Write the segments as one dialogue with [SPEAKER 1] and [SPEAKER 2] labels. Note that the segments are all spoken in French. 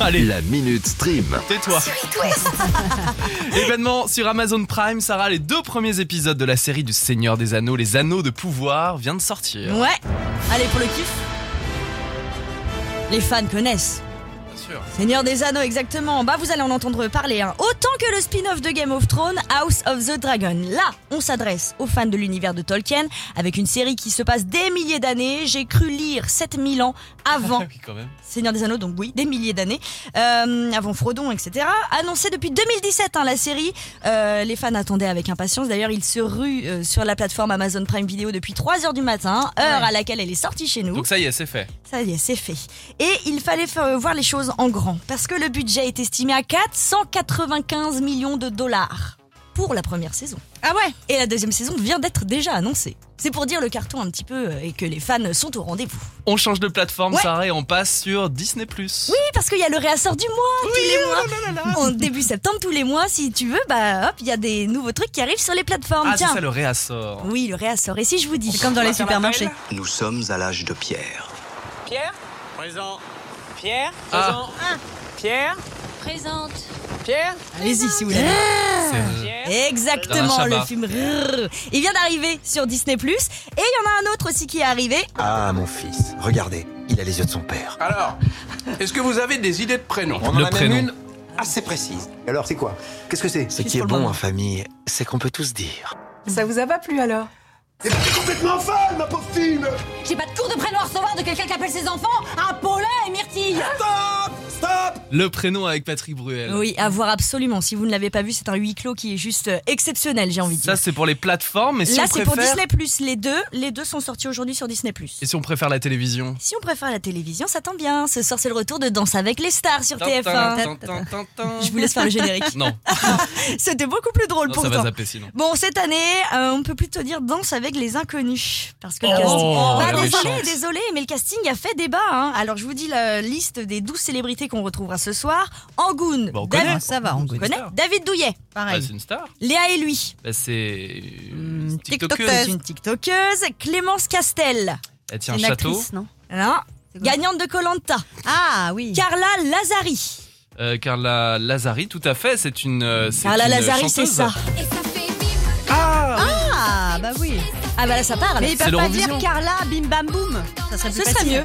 [SPEAKER 1] Allez,
[SPEAKER 2] La minute stream.
[SPEAKER 1] tais-toi. Événement sur Amazon Prime, Sarah, les deux premiers épisodes de la série du Seigneur des Anneaux, Les Anneaux de Pouvoir, vient de sortir.
[SPEAKER 3] Ouais. Allez, pour le kiff. Les fans connaissent.
[SPEAKER 1] Bien sûr.
[SPEAKER 3] Seigneur des Anneaux, exactement. Bah, vous allez en entendre parler. hein. Autant que le spin-off de Game of Thrones, House of the Dragon. Là, on s'adresse aux fans de l'univers de Tolkien avec une série qui se passe des milliers d'années. J'ai cru lire 7000 ans avant
[SPEAKER 1] Oui, quand même.
[SPEAKER 3] Seigneur des Anneaux, donc oui, des milliers d'années, euh, avant Frodon, etc. Annoncée depuis 2017, hein, la série. Euh, les fans attendaient avec impatience. D'ailleurs, ils se ruent euh, sur la plateforme Amazon Prime Video depuis 3h du matin, heure à laquelle elle est sortie chez nous.
[SPEAKER 1] Donc ça y est, c'est fait.
[SPEAKER 3] Ça y est, c'est fait. Et il fallait faire- euh, voir les choses en grand, parce que le budget est estimé à 495 millions de dollars pour la première saison. Ah ouais Et la deuxième saison vient d'être déjà annoncée. C'est pour dire le carton un petit peu euh, et que les fans sont au rendez-vous.
[SPEAKER 1] On change de plateforme,
[SPEAKER 3] Ouais.
[SPEAKER 1] Sarah, et on passe sur Disney+. Oui,
[SPEAKER 3] Oui, parce qu'il y a le réassort du mois tous les
[SPEAKER 1] oh
[SPEAKER 3] mois. En début septembre, tous les mois, si tu veux, bah hop, il y a des nouveaux trucs qui arrivent sur les plateformes.
[SPEAKER 1] Ah, c'est
[SPEAKER 3] Tiens.
[SPEAKER 1] ça le réassort.
[SPEAKER 3] Oui, le réassort. Et si je vous dis Comme dans les supermarchés.
[SPEAKER 4] Nous sommes à l'âge de pierre.
[SPEAKER 5] Pierre Présent. Pierre
[SPEAKER 1] Ah,
[SPEAKER 5] Pierre
[SPEAKER 6] Présente.
[SPEAKER 5] Pierre
[SPEAKER 7] Euh.
[SPEAKER 3] Allez-y si vous voulez.
[SPEAKER 1] c'est- euh,
[SPEAKER 5] Pierre
[SPEAKER 1] Dans un
[SPEAKER 3] Eh, Exactement, le
[SPEAKER 1] Shabbat.
[SPEAKER 3] film. Rrr. Il vient d'arriver sur Disney+. Et il y en a un autre aussi qui est arrivé.
[SPEAKER 8] Ah, mon fils, regardez, il a les yeux de son père.
[SPEAKER 7] Alors, est-ce que vous avez des idées de prénoms
[SPEAKER 8] Ah, On en
[SPEAKER 1] Le
[SPEAKER 8] a
[SPEAKER 1] prénom.
[SPEAKER 8] même une assez précise.
[SPEAKER 9] Alors, c'est quoi Qu'est-ce que c'est
[SPEAKER 8] Ce qui est bon en famille, c'est qu'on peut tous dire.
[SPEAKER 10] Ça vous a pas plu alors
[SPEAKER 8] Eh ben,
[SPEAKER 9] Complètement folle, ma pauvre fille mais-
[SPEAKER 6] J'ai pas de cours de prénom à recevoir de quelqu'un qui appelle ses enfants un Paulin et Myrtille.
[SPEAKER 1] le prénom avec Patrick Bruel.
[SPEAKER 3] Oui, à voir absolument. Si vous ne l'avez pas vu, c'est un huis clos qui est juste euh, exceptionnel, j'ai envie de dire.
[SPEAKER 1] Ça, c'est pour les plateformes, mais si
[SPEAKER 3] Là,
[SPEAKER 1] on
[SPEAKER 3] c'est
[SPEAKER 1] préfère...
[SPEAKER 3] pour Disney+. Les deux, les deux sont sortis aujourd'hui sur Disney+.
[SPEAKER 1] Et si on préfère la télévision
[SPEAKER 3] Si on préfère la télévision, ça tombe bien. Ce soir, c'est le retour de Danse avec les stars sur TF1.
[SPEAKER 1] Tintin, tintin, tintin.
[SPEAKER 3] Je vous laisse faire le générique.
[SPEAKER 1] Non,
[SPEAKER 3] C'était beaucoup plus drôle
[SPEAKER 1] non, ça va
[SPEAKER 3] pourtant.
[SPEAKER 1] zapper sinon.
[SPEAKER 3] Bon, cette année, euh, on peut plutôt dire danse avec les inconnus. Parce que le
[SPEAKER 1] Oh,
[SPEAKER 3] casting. Bah,
[SPEAKER 1] la
[SPEAKER 3] désolé,
[SPEAKER 1] méchante.
[SPEAKER 3] désolé, mais le casting a fait débat. hein. Alors, je vous dis la liste des 12 célébrités qu'on retrouvera ce soir. Angoun.
[SPEAKER 1] Bah, on
[SPEAKER 3] Dav-
[SPEAKER 1] connaît.
[SPEAKER 3] Ça va, on
[SPEAKER 1] C'est une
[SPEAKER 3] connaît.
[SPEAKER 1] star.
[SPEAKER 3] David Douillet.
[SPEAKER 1] Bah,
[SPEAKER 3] Pareil.
[SPEAKER 1] c'est une star.
[SPEAKER 3] Léa et lui.
[SPEAKER 1] Bah, c'est.
[SPEAKER 10] Hum,
[SPEAKER 3] Hmm,
[SPEAKER 1] TikTokeuse.
[SPEAKER 3] C'est une TikTokeuse. Clémence Castel.
[SPEAKER 1] Elle tient un château.
[SPEAKER 3] non Gagnante de Colanta. Ah oui. Carla Lazari.
[SPEAKER 1] Euh, Carla Lazari, tout à fait, c'est une. euh, c'est
[SPEAKER 3] Carla
[SPEAKER 1] une
[SPEAKER 3] Lazari,
[SPEAKER 1] chanteuse.
[SPEAKER 3] c'est ça.
[SPEAKER 6] Et ça fait bim.
[SPEAKER 10] Ah bah oui.
[SPEAKER 3] Ah bah là, ça parle.
[SPEAKER 10] Mais ils
[SPEAKER 1] C'est
[SPEAKER 10] peuvent pas
[SPEAKER 1] l'Eurovision.
[SPEAKER 10] dire Carla, bim bam boum. Ça serait
[SPEAKER 3] Ce serait mieux.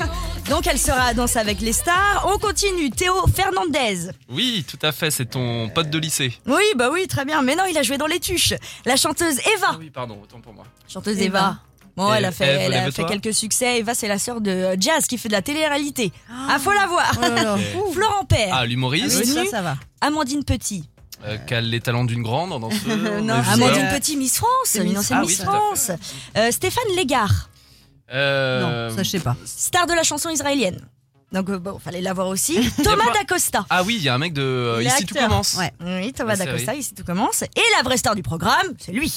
[SPEAKER 1] Ah
[SPEAKER 3] Donc elle sera à danser avec les stars. On continue. Théo Fernandez.
[SPEAKER 1] Oui, tout à fait, c'est ton pote de lycée.
[SPEAKER 3] Oui, bah oui, très bien. Mais non, il a joué dans les tuches. La chanteuse
[SPEAKER 1] Ah
[SPEAKER 3] Eva.
[SPEAKER 1] oui, pardon, autant pour moi.
[SPEAKER 3] Chanteuse
[SPEAKER 10] Eva.
[SPEAKER 3] Eva. Bon,
[SPEAKER 1] Et
[SPEAKER 3] elle a fait,
[SPEAKER 1] Ève,
[SPEAKER 3] elle a fait
[SPEAKER 1] lève-toi.
[SPEAKER 3] quelques succès. Eva, c'est la sœur de euh, Jazz qui fait de la télé-réalité. Ah, faut la voir.
[SPEAKER 1] Oh
[SPEAKER 3] Florent Père.
[SPEAKER 1] Ah, l'humoriste
[SPEAKER 3] Oui.
[SPEAKER 10] Ça, ça va.
[SPEAKER 1] Ah.
[SPEAKER 3] Amandine Petit.
[SPEAKER 1] euh, qui a les talents d'une grande en danseuse.
[SPEAKER 10] Non,
[SPEAKER 1] régisseuse.
[SPEAKER 3] Amandine
[SPEAKER 10] euh,
[SPEAKER 3] Petit, Miss France.
[SPEAKER 10] c'est
[SPEAKER 3] Une
[SPEAKER 10] Miss-
[SPEAKER 3] ancienne
[SPEAKER 1] Ah oui,
[SPEAKER 3] Miss
[SPEAKER 1] tout à fait.
[SPEAKER 3] France. Euh, Stéphane Légard.
[SPEAKER 1] Euh,
[SPEAKER 10] Non, ça je sais pas.
[SPEAKER 3] Star de la chanson israélienne. Donc, euh, bon, fallait l'avoir aussi.
[SPEAKER 1] Il y
[SPEAKER 3] Thomas
[SPEAKER 1] a pas-
[SPEAKER 3] Dacosta.
[SPEAKER 1] Ah oui, il y a un mec de. euh,
[SPEAKER 3] Il est
[SPEAKER 1] ici tout
[SPEAKER 3] acteur.
[SPEAKER 1] commence.
[SPEAKER 10] Ouais.
[SPEAKER 3] Oui, Thomas
[SPEAKER 1] La série.
[SPEAKER 3] Dacosta, ici tout commence. Et la vraie star du programme, c'est lui.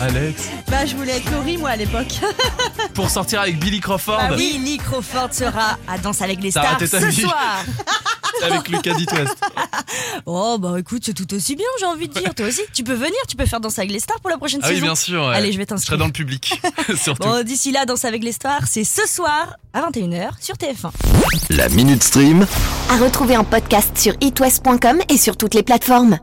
[SPEAKER 1] Alex.
[SPEAKER 10] Bah je voulais être Cory moi à l'époque.
[SPEAKER 1] Pour sortir avec Billy Crawford.
[SPEAKER 3] Bah oui, Lee Crawford sera à Danse avec les
[SPEAKER 1] T'as
[SPEAKER 3] stars
[SPEAKER 1] raté ta
[SPEAKER 3] ce
[SPEAKER 1] vie.
[SPEAKER 3] soir.
[SPEAKER 1] Avec Lucas Ditwest.
[SPEAKER 3] Oh bah écoute, c'est tout aussi bien, j'ai envie de dire. Toi aussi, tu peux venir, tu peux faire Danse avec les stars pour la prochaine
[SPEAKER 1] Ah oui,
[SPEAKER 3] saison.
[SPEAKER 1] bien sûr. ouais.
[SPEAKER 3] Allez, je vais
[SPEAKER 1] Je serai
[SPEAKER 3] t'inscrire.
[SPEAKER 1] dans le public, surtout.
[SPEAKER 3] Bon, d'ici là, Danse avec les stars, c'est ce soir à 21h sur TF1.
[SPEAKER 2] La minute stream.
[SPEAKER 6] À retrouver en podcast sur itwest.com et sur toutes les plateformes.